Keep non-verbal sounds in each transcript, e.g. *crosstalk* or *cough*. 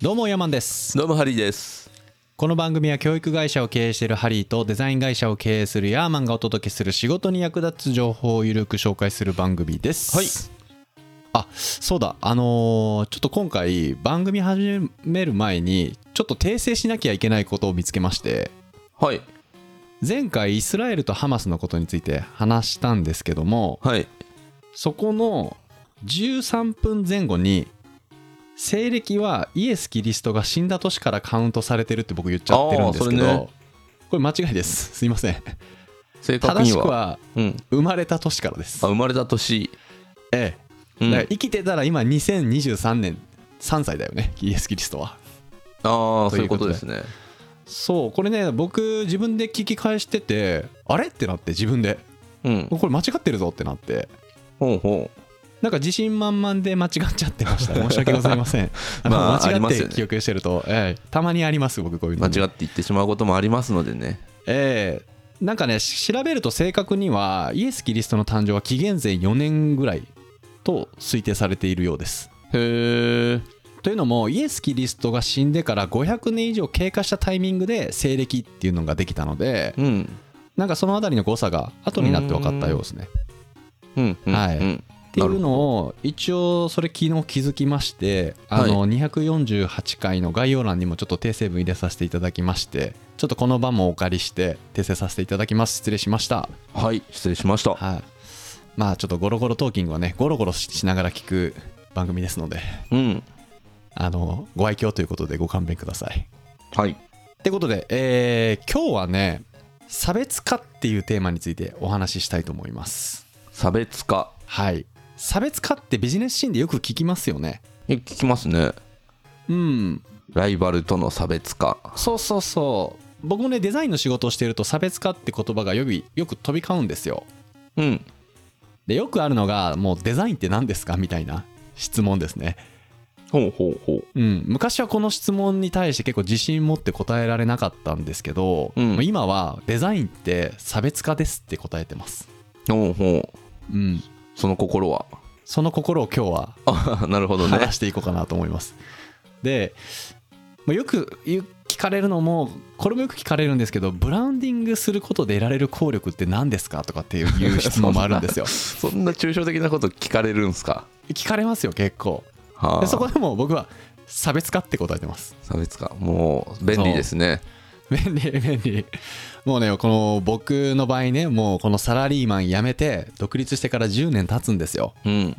どうもヤマンですどうもハリーです。この番組は教育会社を経営しているハリーとデザイン会社を経営するヤーマンがお届けする仕事に役立つ情報をゆるく紹介する番組ですはいあそうだあのーちょっと今回番組始める前にちょっと訂正しなきゃいけないことを見つけましてはい前回イスラエルとハマスのことについて話したんですけどもはいそこの13分前後に西暦はイエス・キリストが死んだ年からカウントされてるって僕言っちゃってるんですけど、あーそれねこれ間違いですすいません正確正にしくははうん生まれた年からであす生まれた年、えうえ、んだから生きてたら今2023年3歳だよねイエス・キリストはああとそいういううここととでですねそうこれね僕自分で聞き返しててあれってなって自分でうんこれ間違ってるぞってなってほうほなんか自信満々で間違っちゃってま *laughs* した。申し訳ございません。まあのあ間りま違っすよてね記憶してると、ええたまにあります、僕、こういううの。間違って言ってしまうこともありますのでねええなんかね、し調べると正確には、イエス・キリストの誕生は紀元前4年ぐらいと推定されているようです。へえというのも、イエス・キリストが死んでから500年以上経過したタイミングで西暦っていうのができたので、うんなんかそのあたりの誤差が後になって分かったようですね。うんうんはいうんっていうのを一応それ昨日気づきましてあの248回の概要欄にもちょっと訂正文入れさせていただきましてちょっとこの場もお借りして訂正させていただきます失礼しましたはい失礼しましたはいまあちょっとゴロゴロトーキングはねゴロゴロしながら聞く番組ですのでうんあのご愛嬌ということでご勘弁くださいはいってことで、えー今日はね差別化っていうテーマについてお話ししたいと思います差別化はい差別化ってビジネスシーンでよく聞きますよねえ聞きますねうんライバルとの差別化そうそうそう僕もねデザインの仕事をしていると差別化って言葉がよくよく飛び交うんですようんでよくあるのがもうデザインって何ですかみたいな質問ですねほうほうほううん昔はこの質問に対して結構自信持って答えられなかったんですけど、うんもう今はデザインって差別化ですって答えてますほうほううんその心は *laughs* その心を今日はあなるほどね話していこうかなと思います。で、まあ、よく言う聞かれるのもこれもよく聞かれるんですけどブランディングすることで得られる効力って何ですかとかって *laughs* いういう質問もあるんですよ。そんな抽象的なこと聞かれるんすか聞かれますよ結構。はであそこでも僕は差別化って答えてます。 *laughs* 差別化もう便利ですね便利便利。もうねこの僕の場合ねもうこのサラリーマン辞めて独立してから10年経つんですよ。うん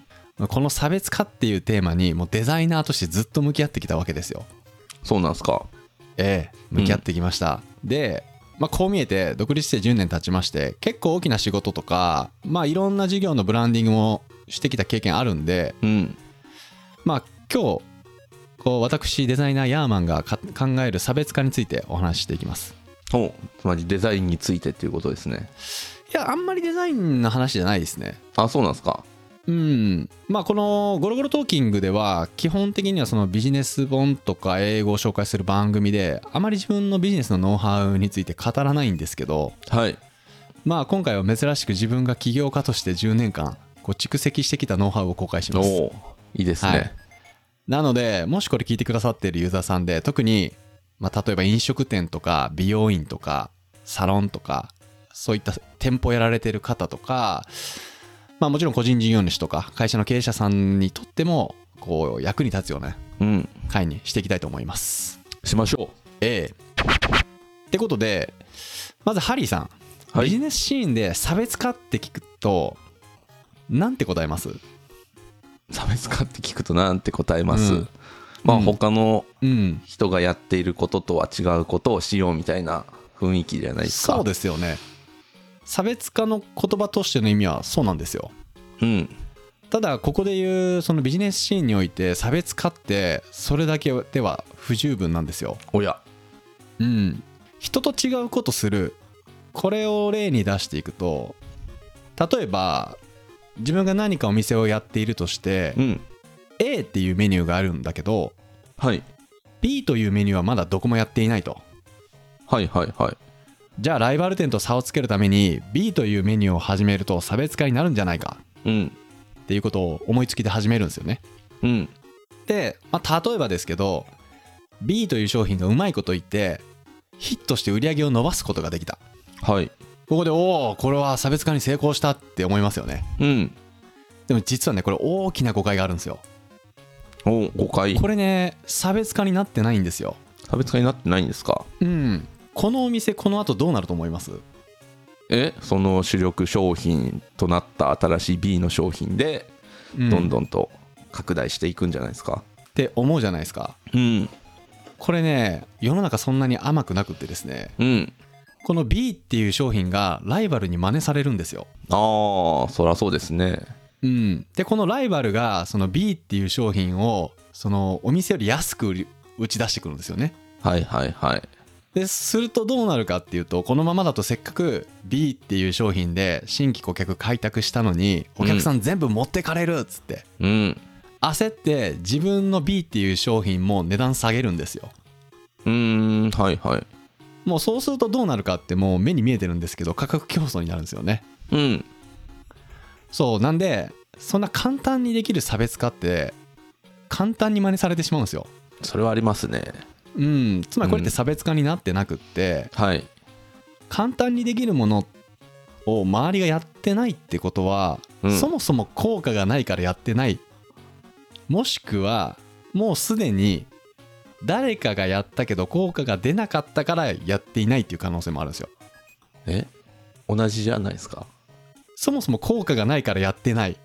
この差別化っていうテーマにもうデザイナーとしてずっと向き合ってきたわけですよ。そうなんすかええ向き合ってきました、で、まあ、こう見えて独立して10年経ちまして結構大きな仕事とか、まあ、いろんな事業のブランディングもしてきた経験あるんで、うんまあ、今日こう私デザイナーヤーマンがか考える差別化についてお話ししていきますおつまりデザインについてっていうことですねいやあんまりデザインの話じゃないですねあそうなんすかうんまあこの「ゴロゴロトーキング」では基本的にはそのビジネス本とか英語を紹介する番組であまり自分のビジネスのノウハウについて語らないんですけどはいまあ今回は珍しく自分が起業家として10年間こう蓄積してきたノウハウを公開しおます。おいいですね、はいなのでもしこれ聞いてくださっているユーザーさんで特に、まあ、例えば飲食店とか美容院とかサロンとかそういった店舗やられてる方とか、まあ、もちろん個人事業主とか会社の経営者さんにとってもこう役に立つようなうん会にしていきたいと思います。しましょ A ってことでまずハリーさんうはビジいネスシーンで差別化って聞くとなんて答えます差別化って聞くとなんて答えます、うんまあうん他のうん人がやっていることとは違うことをしようみたいな雰囲気じゃないですかそうですよね差別化の言葉としての意味はそうなんですようんただここで言うそのビジネスシーンにおいて差別化ってそれだけでは不十分なんですよおやうん人と違うことするこれを例に出していくと例えば自分が何かお店をやっているとしてうん A っていうメニューがあるんだけどはい、 B というメニューはまだどこもやっていないとはいはいはいじゃあライバル店と差をつけるために B というメニューを始めると差別化になるんじゃないかうんっていうことを思いつきで始めるんですよね。うんで、まあ、例えばですけど B という商品がうまいこと言ってヒットして売り上げを伸ばすことができたはい。ここでおおこれは差別化に成功したって思いますよねうん。でも実はねこれ大きな誤解があるんですよお誤解。これね差別化になってないんですよ差別化になってないんですかうんこのお店この後どうなると思いますえその主力商品となった新しい B の商品でうどんんっどんと拡大していくんじゃないですかて思うじゃないですかうんこれね世の中そんなに甘くなくってですねうんこの B っていう商品がライバルに真似されるんですよああそらそうですねうん、でこのライバルがその B っていう商品をそのお店より安く売り打ち出してくるんですよねはいはいはいでするとどうなるかっていうとこのままだとせっかく B っていう商品で新規顧客開拓したのにお客さん全部持ってかれるっつって、うん焦って自分の B っていう商品も値段下げるんですようーんはいはいもうそうするとどうなるかってもう目に見えてるんですけど価格競争になるんですよねうんそうなんでそんな簡単にできる差別化って簡単に真似されてしまうんですよそれはありますねうん、つまりこれって差別化になってなくって、はい簡単にできるものを周りがやってないってことは、うんそもそも効果がないからやってないもしくはもうすでに誰かがやったけど効果が出なかったからやっていないっていう可能性もあるんですよえ同じじゃないですかそもそも効果がないからやってないっ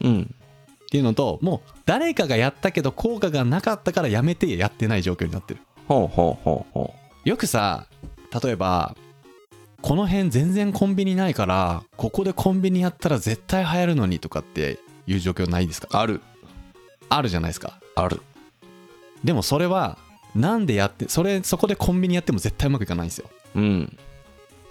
うんていうのともう誰かがやったけど効果がなかったからやめてやってない状況になってるほうほうほうほよくさ例えばこの辺全然コンビニないからここでコンビニやったら絶対流行るのにとかっていう状況ないですかうあるあるじゃないですかあるでもそれはなんでやってそれそこでコンビニやっても絶対うまくいかないんですようん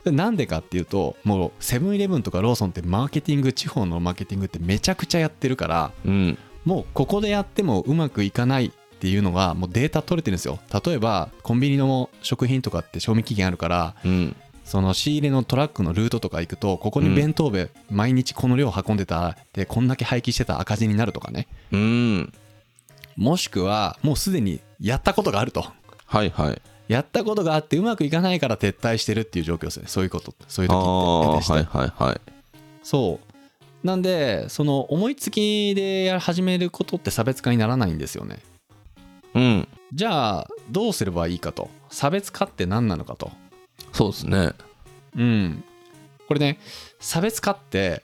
でなんでかっていうともうセブンイレブンとかローソンってマーケティング地方のマーケティングってめちゃくちゃやってるからうんもうここでやってもうまくいかないっていうのがもうデータ取れてるんですよ例えばコンビニの食品とかって賞味期限あるからうんその仕入れのトラックのルートとか行くとここうにん弁当部毎日この量運んでたでこんだけ廃棄してた赤字になるとかねうんもしくはもうすでにやったことがあるとはいはいやったことがあってうまくいかないから撤退してるっていう状況ですねそういうことそういうあ時あっては出てしていはいはいそうなんでその思いつきでや始めることって差別化にならないんですよねうんじゃあどうすればいいかと差別化って何なのかとそうですねうん、これね差別化って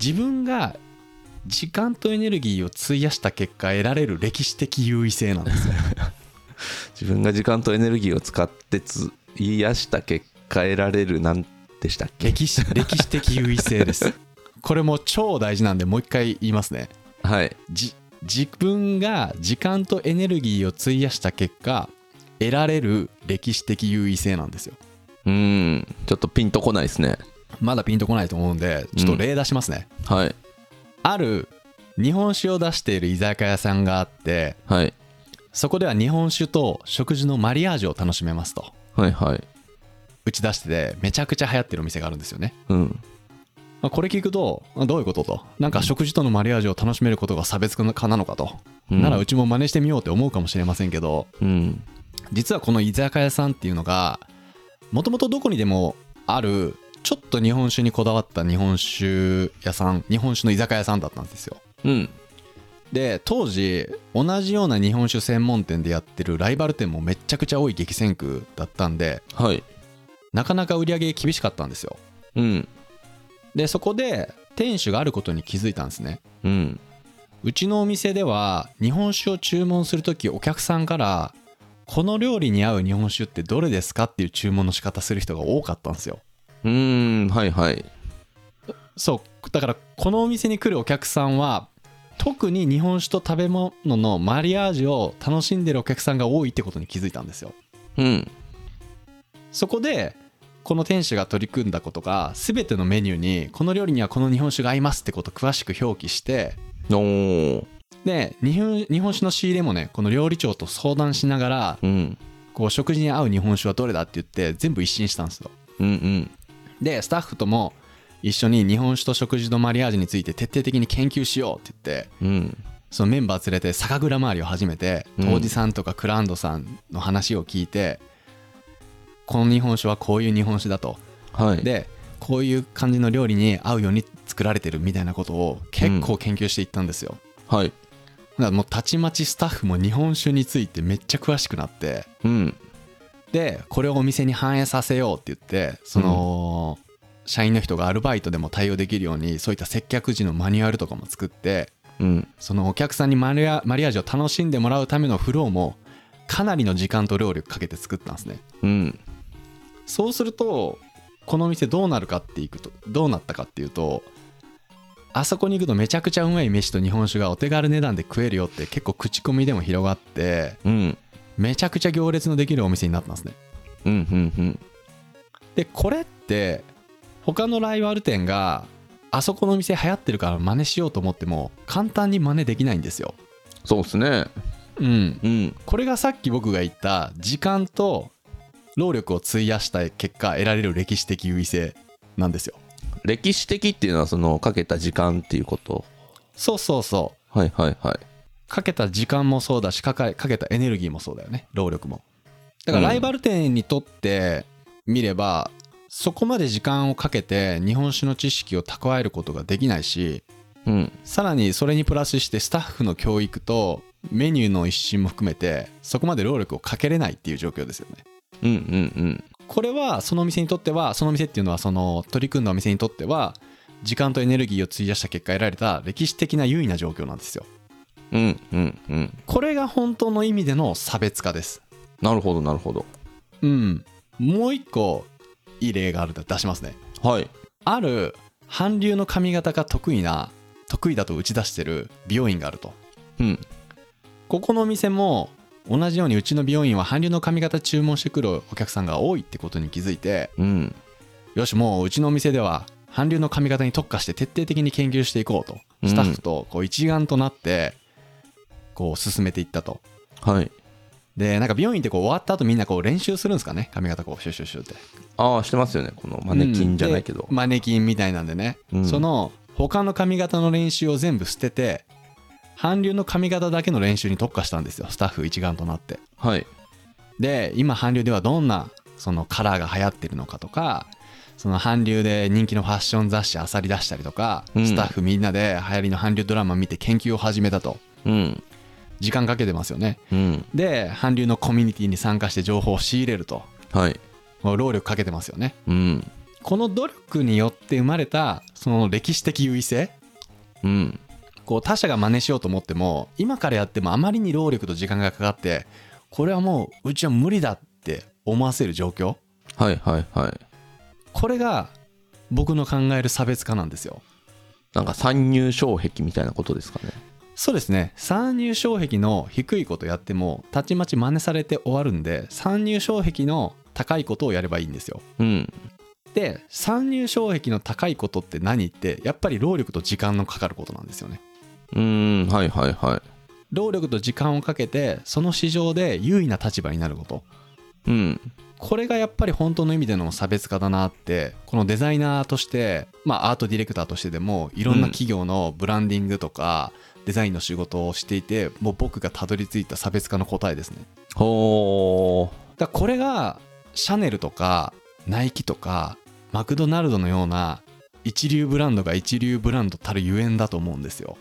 自分が時間とエネルギーを費やした結果得られる歴史的優位性なん *laughs* ですよ自分が時間とエネルギーを使ってつ癒した結果得られるなんでしたっけ歴史歴史的優位性ですこれも超大事なんでもう一回言いますねはいじ自分が時間とエネルギーを費やした結果得られる歴史的優位性なんですようんちょっとピンとこないですねまだピンとこないと思うんでちょっと例出しますね、はいある日本酒を出している居酒屋さんがあってはいそこでは日本酒と食事のマリアージュを楽しめますとはいはい打ち出しててめちゃくちゃ流行ってるお店があるんですよね、うんまあこれ聞くとあどういうこととなんか食事とのマリアージュを楽しめることが差別化なのかと、うんならうちも真似してみようって思うかもしれませんけどうん実はこの居酒屋さんっていうのがもともとどこにでもあるちょっと日本酒にこだわった日本酒屋さん日本酒の居酒屋さんだったんですようんで当時同じような日本酒専門店でやってるライバル店もめっちゃくちゃ多い激戦区だったんではいなかなか売り上げ厳しかったんですようんでそこで店主があることに気づいたんですねうんうちのお店では日本酒を注文するときお客さんからこの料理に合う日本酒ってどれですかっていう注文の仕方する人が多かったんですようんはいはいそうだからこのお店に来るお客さんは特に日本酒と食べ物のマリアージュを楽しんでるお客さんが多いってことに気づいたんですようんそこでこの店主が取り組んだことが全てのメニューにこの料理にはこの日本酒が合いますってことを詳しく表記しておーで日本日本酒の仕入れもねこの料理長と相談しながらうんこう食事に合う日本酒はどれだって言って全部一新したんですようんうんでスタッフとも一緒に日本酒と食事のマリアージュについて徹底的に研究しようって言ってうんそのメンバー連れて酒蔵周りを始めてうん当時さんとかクランドさんの話を聞いて、この日本酒はこういう日本酒だとはいでこういう感じの料理に合うように作られてるみたいなことを結構研究していったんですよ、はいだからもうたちまちスタッフも日本酒についてめっちゃ詳しくなってうんでこれをお店に反映させようって言ってその、社員の人がアルバイトでも対応できるようにそういった接客時のマニュアルとかも作ってうんそのお客さんにマリアマリアージュを楽しんでもらうためのフローもかなりの時間と労力かけて作ったんですねうんそうするとこの店どうなるかっていくとどうなったかっていうとあそこに行くとめちゃくちゃうまい飯と日本酒がお手軽値段で食えるよって結構口コミでも広がってうんめちゃくちゃ行列のできるお店になったんですねうんうんうんでこれって他のライバル店があそこのお店流行ってるから真似しようと思っても簡単に真似できないんですよそうですねうんうんこれがさっき僕が言った時間と労力を費やした結果得られる歴史的優位性なんですよ歴史的っていうのはそのかけた時間っていうことそうそうそうはいはいはいかけた時間もそうだしかかかけたエネルギーもそうだよね労力もだからうんライバル店にとってみれば、そこまで時間をかけて日本酒の知識を蓄えることができないしうんさらにそれにプラスしてスタッフの教育とメニューの一新も含めてそこまで労力をかけれないっていう状況ですよねうんうんこれはそのお店にとってはそのお店っていうのはその取り組んだお店にとっては時間とエネルギーを費やした結果得られた歴史的な優位な状況なんですようんうんうんうんこれが本当の意味での差別化ですなるほどなるほどうんもう一個いい例があるんで出しますねはいある韓流の髪型が得意な得意だと打ち出してる美容院があるとうんここのお店も同じようにうちの美容院は韓流の髪型注文してくるお客さんが多いってことに気づいてうんよしもううちのお店では韓流の髪型に特化して徹底的に研究していこうとうんスタッフとこう一丸となってこう進めていったとはいでなんか美容院ってこう終わった後みんなこう練習するんですかね髪型こうシュッシュッシュッってああしてますよねこのマネキンじゃないけどうんでマネキンみたいなんでね、うんその他の髪型の練習を全部捨てて韓流の髪型だけの練習に特化したんですよスタッフ一丸となってはいで今韓流ではどんなそのカラーが流行ってるのかとかその韓流で人気のファッション雑誌あさり出したりとか、うんスタッフみんなで流行りの韓流ドラマ見て研究を始めたとうん時間かけてますよねうんで韓流のコミュニティに参加して情報を仕入れるとはいもう労力かけてますよねうんこの努力によって生まれたその歴史的優位性うんこう他者が真似しようと思っても今からやってもあまりに労力と時間がかかってこれはもううちは無理だって思わせる状況はいはいはいこれが僕の考える差別化なんですよなんか参入障壁みたいなことですかねそうですね参入障壁の低いことやってもたちまち真似されて終わるんで参入障壁の高いことをやればいいんですようんで参入障壁の高いことって何ってやっぱり労力と時間のかかることなんですよねうんはいはいは労力と時間をかけてその市場で優位な立場になるこというんこれがやっぱり本当の意味での差別化だなってこのデザイナーとして、まあ、アートディレクターとしてでもいろんな企業のブランディングとかデザインの仕事をしていてもう僕がたどり着いた差別化の答えですねほだからこれがシャネルとかナイキとかマクドナルドのような一流ブランドが一流ブランドたるゆえんだと思うんですよ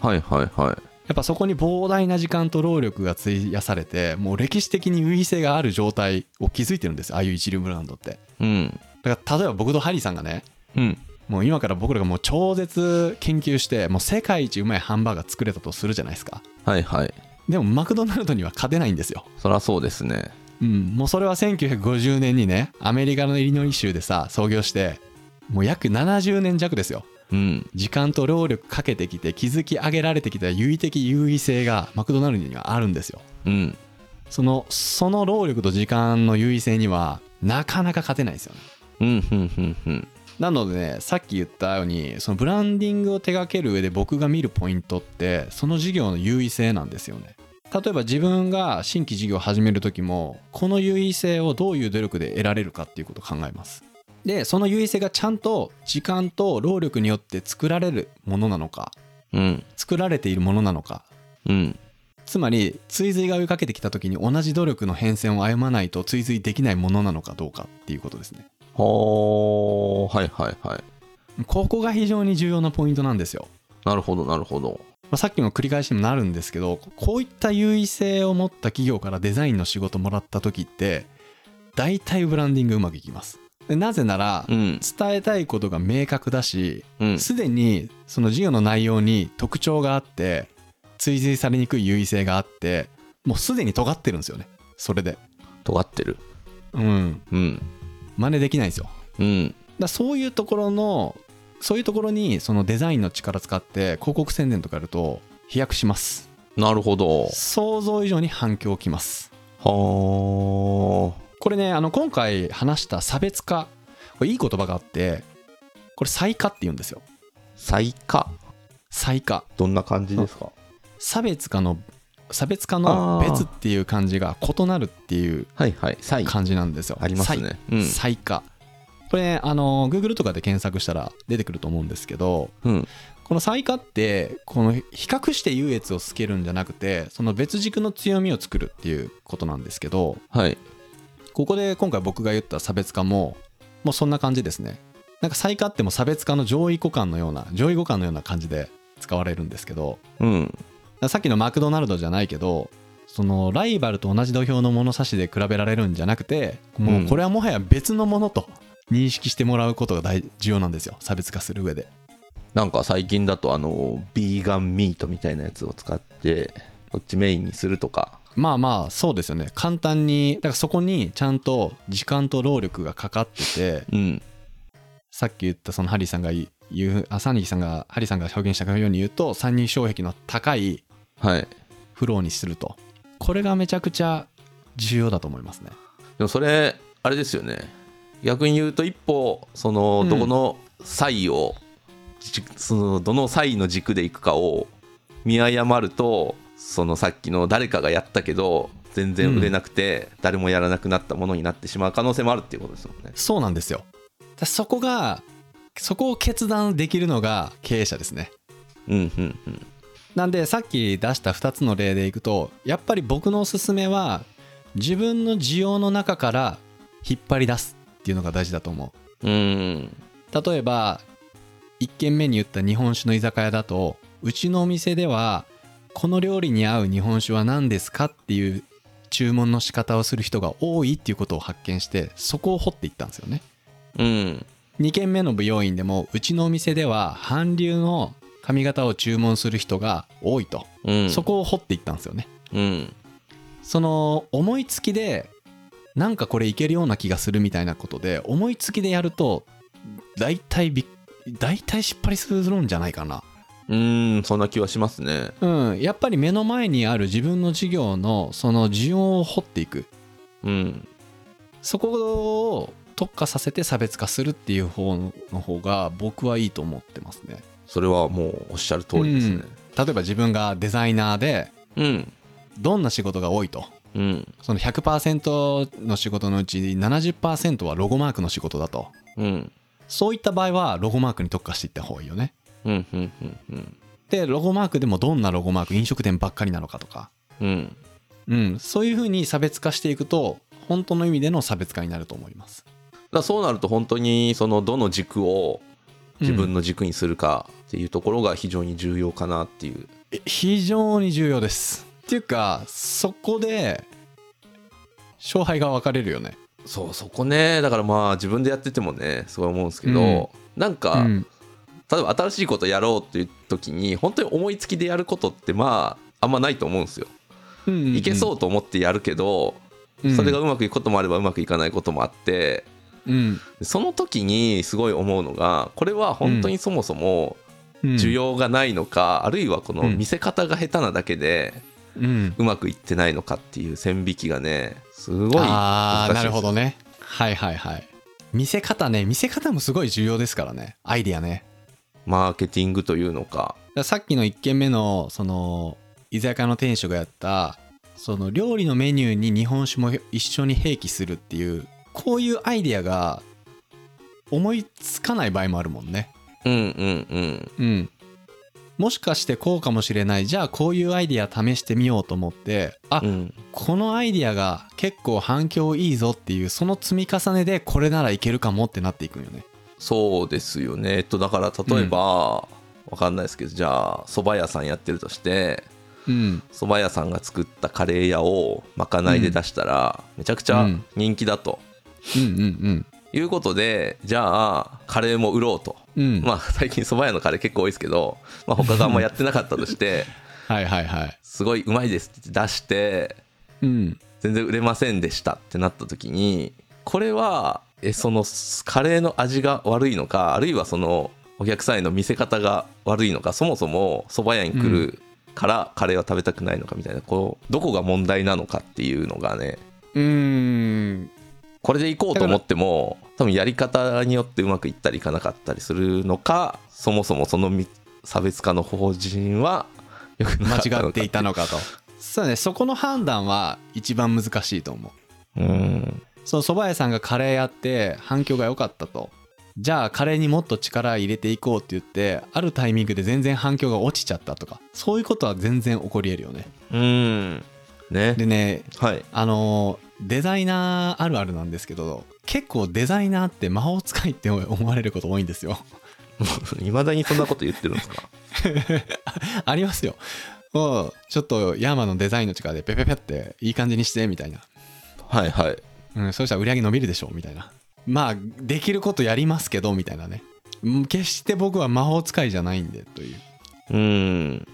ーはいはいはいやっぱそこに膨大な時間と労力が費やされてもう歴史的に優位性がある状態を築いてるんですああいう一流ブランドってうんだから例えば僕とハリーさんがねうんもう今から僕らがもう超絶研究してもう世界一うまいハンバーガー作れたとするじゃないですかはいはいでもマクドナルドには勝てないんですよそらそうですねうんもうそれは1950年にねアメリカのイリノイ州でさ創業してもう約70年弱ですようん時間と労力かけてきて築き上げられてきた優位的優位性がマクドナルドにはあるんですようんそのその労力と時間の優位性にはなかなか勝てないですよねうんうんうんうんなのでねさっき言ったようにそのブランディングを手掛ける上で僕が見るポイントってその事業の優位性なんですよね例えば自分が新規事業を始める時もこの優位性をどういう努力で得られるかっていうことを考えますでその優位性がちゃんと時間と労力によって作られるものなのかうん作られているものなのかうんつまり追随が追いかけてきた時に同じ努力の変遷を歩まないと追随できないものなのかどうかっていうことですねはあはいはいはいここが非常に重要なポイントなんですよ、なるほどなるほどまあ、さっきの繰り返しにもなるんですけどこういった優位性を持った企業からデザインの仕事もらった時って大体ブランディングうまくいきますでなぜならうん伝えたいことが明確だしうんすでにその事業の内容に特徴があって追随されにくい優位性があってもうすでに尖ってるんですよねそれで尖ってるうんうん真似できないんですようんだからそういうところのそういうところにそのデザインの力使って広告宣伝とかやると飛躍しますなるほど想像以上に反響きますはこれねあの今回話した差別化これいい言葉があってこれ差異化って言うんですよあ最下差異化どんな感じですか差別化の差別化のあー別っていう漢字が異なるっていうはいはい最漢字なんですよありますね差う異ん差異化これねあの Google とかで検索したら出てくると思うんですけどうんこの差異化ってこの比較して優越をつけるんじゃなくてその別軸の強みを作るっていうことなんですけどはいここで今回僕が言った差別化ももうそんな感じですねなんか差異化ってもう差別化の上位互換のような上位互換のような感じで使われるんですけどうんさっきのマクドナルドじゃないけどそのライバルと同じ土俵の物差しで比べられるんじゃなくてもううんこれはもはや別のものと認識してもらうことが大重要なんですよ差別化する上でなんか最近だとあのビーガンミートみたいなやつを使ってこっちメインにするとかまあまあそうですよね簡単にだからそこにちゃんと時間と労力がかかっててうんさっき言ったそのハリーさんが言う言うあサニーさんがハリーさんが表現したように言うと参入障壁の高いはいフローにするとこれがめちゃくちゃ重要だと思いますねでもそれあれですよね逆に言うと一歩そのうんどこの際を、じそのどの際の軸でいくかを見誤るとそのさっきの誰かがやったけど全然売れなくて、誰もやらなくなったものになってしまう可能性もあるっていうことですもんね。そうなんですよだそこがそこを決断できるのが経営者ですねうんうんうんなんでさっき出した2つの例でいくとやっぱり僕のおすすめは自分の需要の中から引っ張り出すっていうのが大事だと思うーんう例えば1軒目に言った日本酒の居酒屋だとうちのお店ではこの料理に合う日本酒は何ですかっていう注文の仕方をする人が多いっていうことを発見してそこを掘っていったんですよねうん2軒目の美容院でもうちのお店では韓流の髪型を注文する人が多いと、うんそこを掘っていったんですよねうんその思いつきでなんかこれいけるような気がするみたいなことで思いつきでやると大体び大体失敗するんじゃないかなうーんそんな気はしますね。うんやっぱり目の前にある自分の事業のその需要を掘っていくうんそこを特化させて差別化するっていう方の方が僕はいいと思ってますねそれはもうおっしゃる通りですね。例えば自分がデザイナーでうんどんな仕事が多いとうんその100%の仕事のうち70%はロゴマークの仕事だとうんそういった場合はロゴマークに特化していった方がいいよねうんうんうんうんでロゴマークでもどんなロゴマーク飲食店ばっかりなのかとか、うんうん、そういうふうに差別化していくと本当の意味での差別化になると思いますだからそうなると本当にそのどの軸を自分の軸にするかっていうところが非常に重要かなっていう、え非常に重要ですっていうかそこで勝敗が分かれるよねそうそこねだからまあ自分でやっててもねすごい思うんですけど、なんか、うん例えば新しいことやろうっていう時に本当に思いつきでやることってまああんまないと思うんですよ。うんうんうんいけそうと思ってやるけど、それがうまくいくこともあればうまくいかないこともあってうんその時にすごい思うのがこれは本当にそもそもうん需要がないのか、あるいはこの見せ方が下手なだけで。うんうまくいってないのかっていう線引きがねすごいあ難あしいですなるほどねはいはいはい見せ方ね見せ方もすごい重要ですからねアイディアねマーケティングというのかだからさっきの1軒目のその居酒屋の店主がやったその料理のメニューに日本酒も一緒に併記するっていうこういうアイディアが思いつかない場合もあるもんねうんうんうんうんもしかしてこうかもしれないじゃあこういうアイディア試してみようと思ってあ、うん、このアイディアが結構反響いいぞっていうその積み重ねでこれならいけるかもってなっていくんよねそうですよねえっとだから例えば、わかんないですけどじゃあ蕎麦屋さんやってるとしてうん蕎麦屋さんが作ったカレー屋をまかないで出したら、めちゃくちゃ人気だとうんうんいうことでじゃあカレーも売ろうと、うんうんまあ最近蕎麦屋のカレー結構多いですけど、まあ、他があんまやってなかったとして *laughs* はいはいはいすごいうまいですって出してうん全然売れませんでしたってなった時にこれはえそのカレーの味が悪いのかあるいはそのお客さんへの見せ方が悪いのかそもそも蕎麦屋に来るからカレーは食べたくないのかみたいな、こうどこが問題なのかっていうのがねうーんこれでいこうと思っても多分やり方によってうまくいったりいかなかったりするのかそもそもそのみ差別化の法人はよくなかったのか間違っていたのかとそうねそこの判断は一番難しいと思ううんその蕎麦屋さんがカレーやって反響が良かったとじゃあカレーにもっと力入れていこうって言ってあるタイミングで全然反響が落ちちゃったとかそういうことは全然起こりえるよねうんねでねはいあのデザイナーあるあるなんですけど結構デザイナーって魔法使いって思われること多いんですよいまだにそんなこと言ってるんですかありますよもうちょっとヤーマンのデザインの力でペペペっていい感じにしてみたいな *laughs* はいはいうん、そうしたら売り上げ伸びるでしょみたいなまあできることやりますけどみたいなねうん決して僕は魔法使いじゃないんでというやうん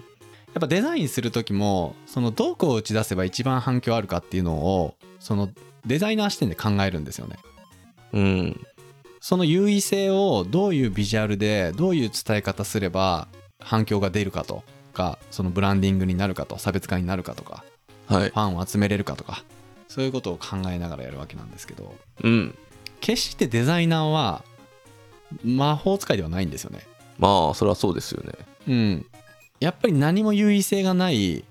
っぱデザインする時もそのどこを打ち出せば一番反響あるかっていうのをそのデザイナー視点で考えるんですよねうんその優位性をどういうビジュアルでどういう伝え方すれば反響が出るかとかそのブランディングになるかと差別化になるかとかはいファンを集めれるかとかそういうことを考えながらやるわけなんですけどうん決してデザイナーは魔法使いではないんですよね。まあそれはそうですよねうん。やっぱり何も優位性がない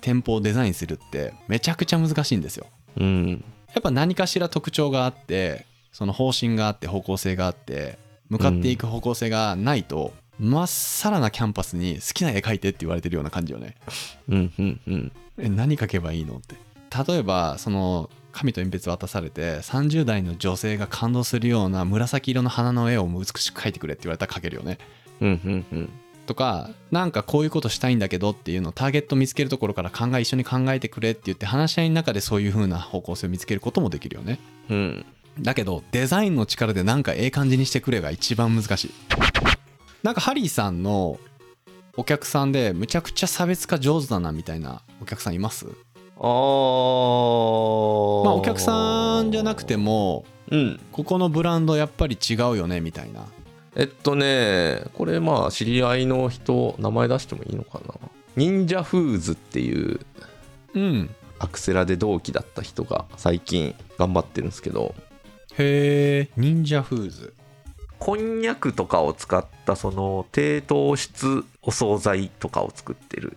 店舗をデザインするってめちゃくちゃ難しいんですよ。うんやっぱ何かしら特徴があってその方針があって方向性があって向かっていく方向性がないとまっさらなキャンパスに好きな絵描いてって言われてるような感じよね。うんうんうんえ何書けばいいのって例えばその紙と鉛筆渡されて30代の女性が感動するような紫色の花の絵を美しく描いてくれって言われたら描けるよねうんうんうんとかなんかこういうことしたいんだけどっていうのをターゲット見つけるところから考え一緒に考えてくれって言って話し合いの中でそういう風な方向性を見つけることもできるよねうんだけどデザインの力でなんかええ感じにしてくれが一番難しいなんかハリーさんのお客さんでむちゃくちゃ差別化上手だなみたいなお客さんいますあーまあお客さんじゃなくてもうんここのブランドやっぱり違うよねみたいなえっとねこれまあ知り合いの人名前出してもいいのかな忍者フーズっていううんアクセラで同期だった人が最近頑張ってるんですけどへえ忍者フーズこんにゃくとかを使ったその低糖質お惣菜とかを作ってる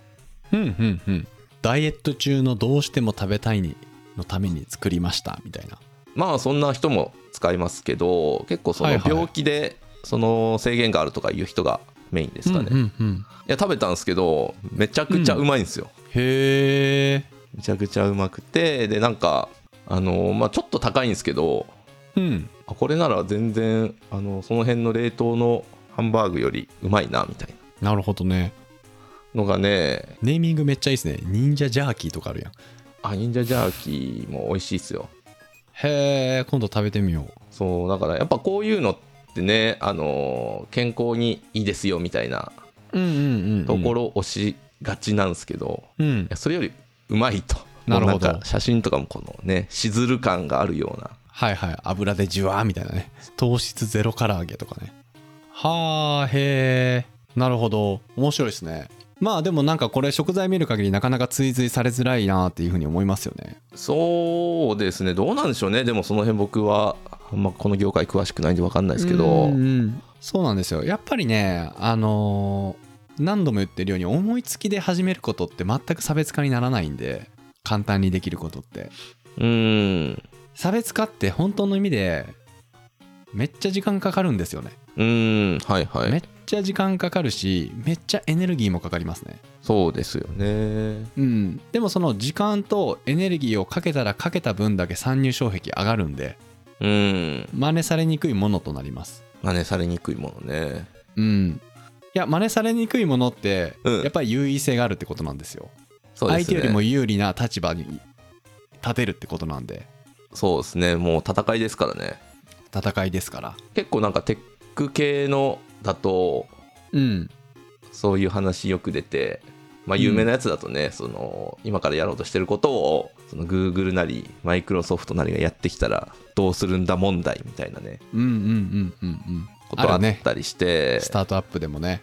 うんうんうんダイエット中のどうしても食べたいにのために作りましたみたいなまあそんな人も使いますけど結構そのはいはい病気でその制限があるとかいう人がメインですかね、うんいうんうんや食べたんですけどめちゃくちゃうまいんですよ、へえめちゃくちゃうまくてでなんかあのまあちょっと高いんですけどうんあこれなら全然あのその辺の冷凍のハンバーグよりうまいなみたいななるほどねのがねネーミングめっちゃいいですね忍者ジャーキーとかあるやんあ忍者ジャーキーも美味しいですよへえ今度食べてみよそうだからやっぱこういうのってねあの健康にいいですよみたいなううんうんうんところを押しがちなんですけど、うんいやそれよりうまいとなるほどもうなんか写真とかもこのねしずる感があるようなはいはい油でジュワーみたいなね糖質ゼロ唐揚げとかねはあへえなるほど面白いですねまあでもなんかこれ食材見る限りなかなか追随されづらいなっていうふうに思いますよねそうですねどうなんでしょうねでもその辺僕はあんまこの業界詳しくないんで分かんないですけどうんうんそうなんですよやっぱりねあのー何度も言ってるように思いつきで始めることって全く差別化にならないんで簡単にできることってうん差別化って本当の意味でめっちゃ時間かかるんですよね、うんはいはめいっちゃ時間かかるしめっちゃエネルギーもかかりますねそうですよねうんでもその時間とエネルギーをかけたらかけた分だけ参入障壁上がるんでうん真似されにくいものとなります真似されにくいものねうんいや真似されにくいものって、うんやっぱり優位性があるってことなんですよそうで相す手ねよりも有利な立場に立てるってことなんでそうですねもう戦いですからね戦いですから結構なんかテック系のだとうんそういう話よく出て、まあ、有名なやつだとね、その今からやろうとしてることをその Google なりマイクロソフトなりがやってきたらどうするんだ問題みたいなねうんうんうんうんうんことあがあるっねたりして、スタートアップでもね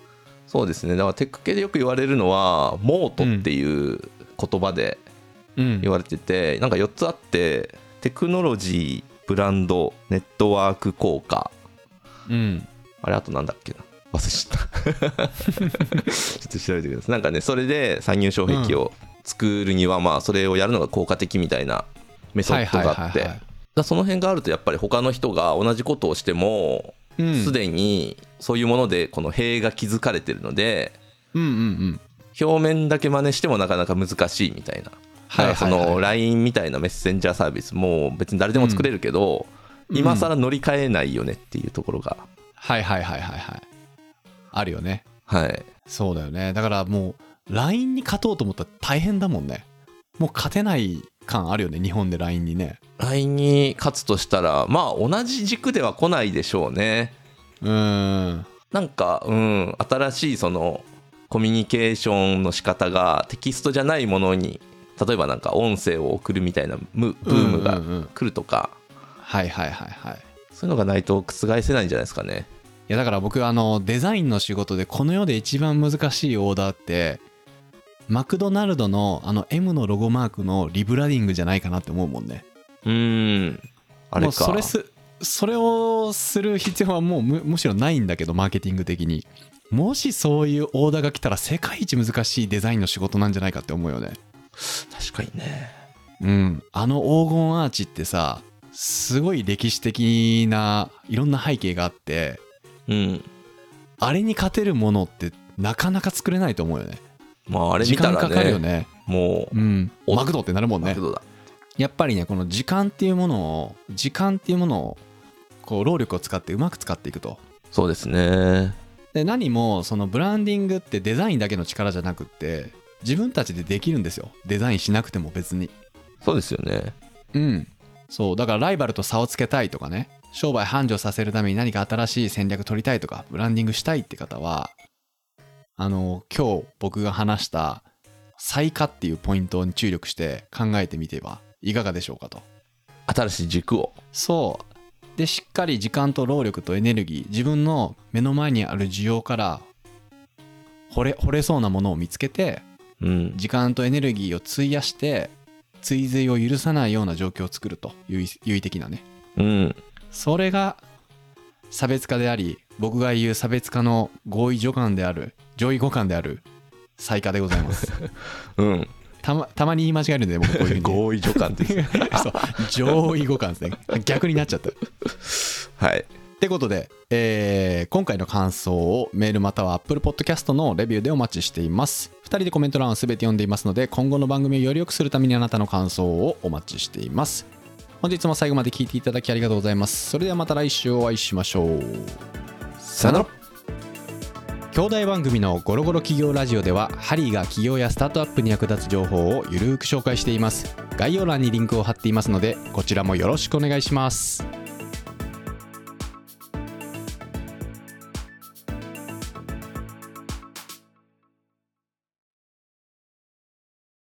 そうですねだからテック系でよく言われるのは「モート」っていう言葉でうん言われてて、なんか4つあってテクノロジーブランドネットワーク効果うんあれあとなんだっけな忘れちゃった *laughs* ちょっと調べてくださいなんかねそれで参入障壁を作るには、まあそれをやるのが効果的みたいなメソはいッドはいがあっはいてはだかいらその辺があるとやっぱり他の人が同じことをしてもうんすで、にそういうものでこの塀が築かれてるのでうんうんうん表面だけ真似してもなかなか難しいみたいなだからその LINE みたいなメッセンジャーサービスも別に誰でも作れるけど、うん今更乗り換えないよねっていうところが、はいはいはいはいはいあるよねはいそうだよねだからもう LINE に勝とうと思ったら大変だもんねもう勝てない感あるよね日本で LINE にね LINE に勝つとしたらまあ同じ軸では来ないでしょうねうーんなんかうん新しいそのコミュニケーションの仕方がテキストじゃないものに例えばなんか音声を送るみたいなムブームうがんうんうん来るとか、はいはいはいはいそういうのがないと覆せないんじゃないですかねいやだから僕あのデザインの仕事でこの世で一番難しいオーダーってマクドナルドのあの M のロゴマークのリブラディングじゃないかなって思うもんねうーんあれもうかそれすそれをする必要はもうむむしろないんだけどマーケティング的にもしそういうオーダーが来たら世界一難しいデザインの仕事なんじゃないかって思うよね確かにねうんあの黄金アーチってさすごい歴史的ないろんな背景があってうんあれに勝てるものってなかなか作れないと思うよねまああれ時見た間からかるねよねもううんおマクドってなるもんマねクドだ、やっぱりねこの時間っていうものを時間っていうものをこう労力を使ってうまく使っていくとそうですねで何もそのブランディングってデザインだけの力じゃなくって自分たちでできるんですよデザインしなくても別にそうですよねうんそうだからライバルと差をつけたいとかね商売繁盛させるために何か新しい戦略取りたいとかブランディングしたいって方はあの今日僕が話した最下っていうポイントに注力して考えてみてはいかがでしょうかと新しい軸をそうでしっかり時間と労力とエネルギー自分の目の前にある需要から惚れ惚れそうなものを見つけてうん時間とエネルギーを費やして追随を許さないような状況を作ると優位優位的なねうんそれが差別化であり僕が言う差別化の合意助感である上位互換である最下でございますうんたまたまに言い間違えるんで僕こういうふうに合意助感ですそう上位互換ですね逆になっちゃった *laughs* はいってことで、えー今回の感想をメールまたは Apple Podcast のレビューでお待ちしています2人でコメント欄を全て読んでいますので今後の番組をより良くするためにあなたの感想をお待ちしています本日も最後まで聞いていただきありがとうございますそれではまた来週お会いしましょうさよなら兄弟番組のゴロゴロ企業ラジオではハリーが企業やスタートアップに役立つ情報をゆるーく紹介しています概要欄にリンクを貼っていますのでこちらもよろしくお願いします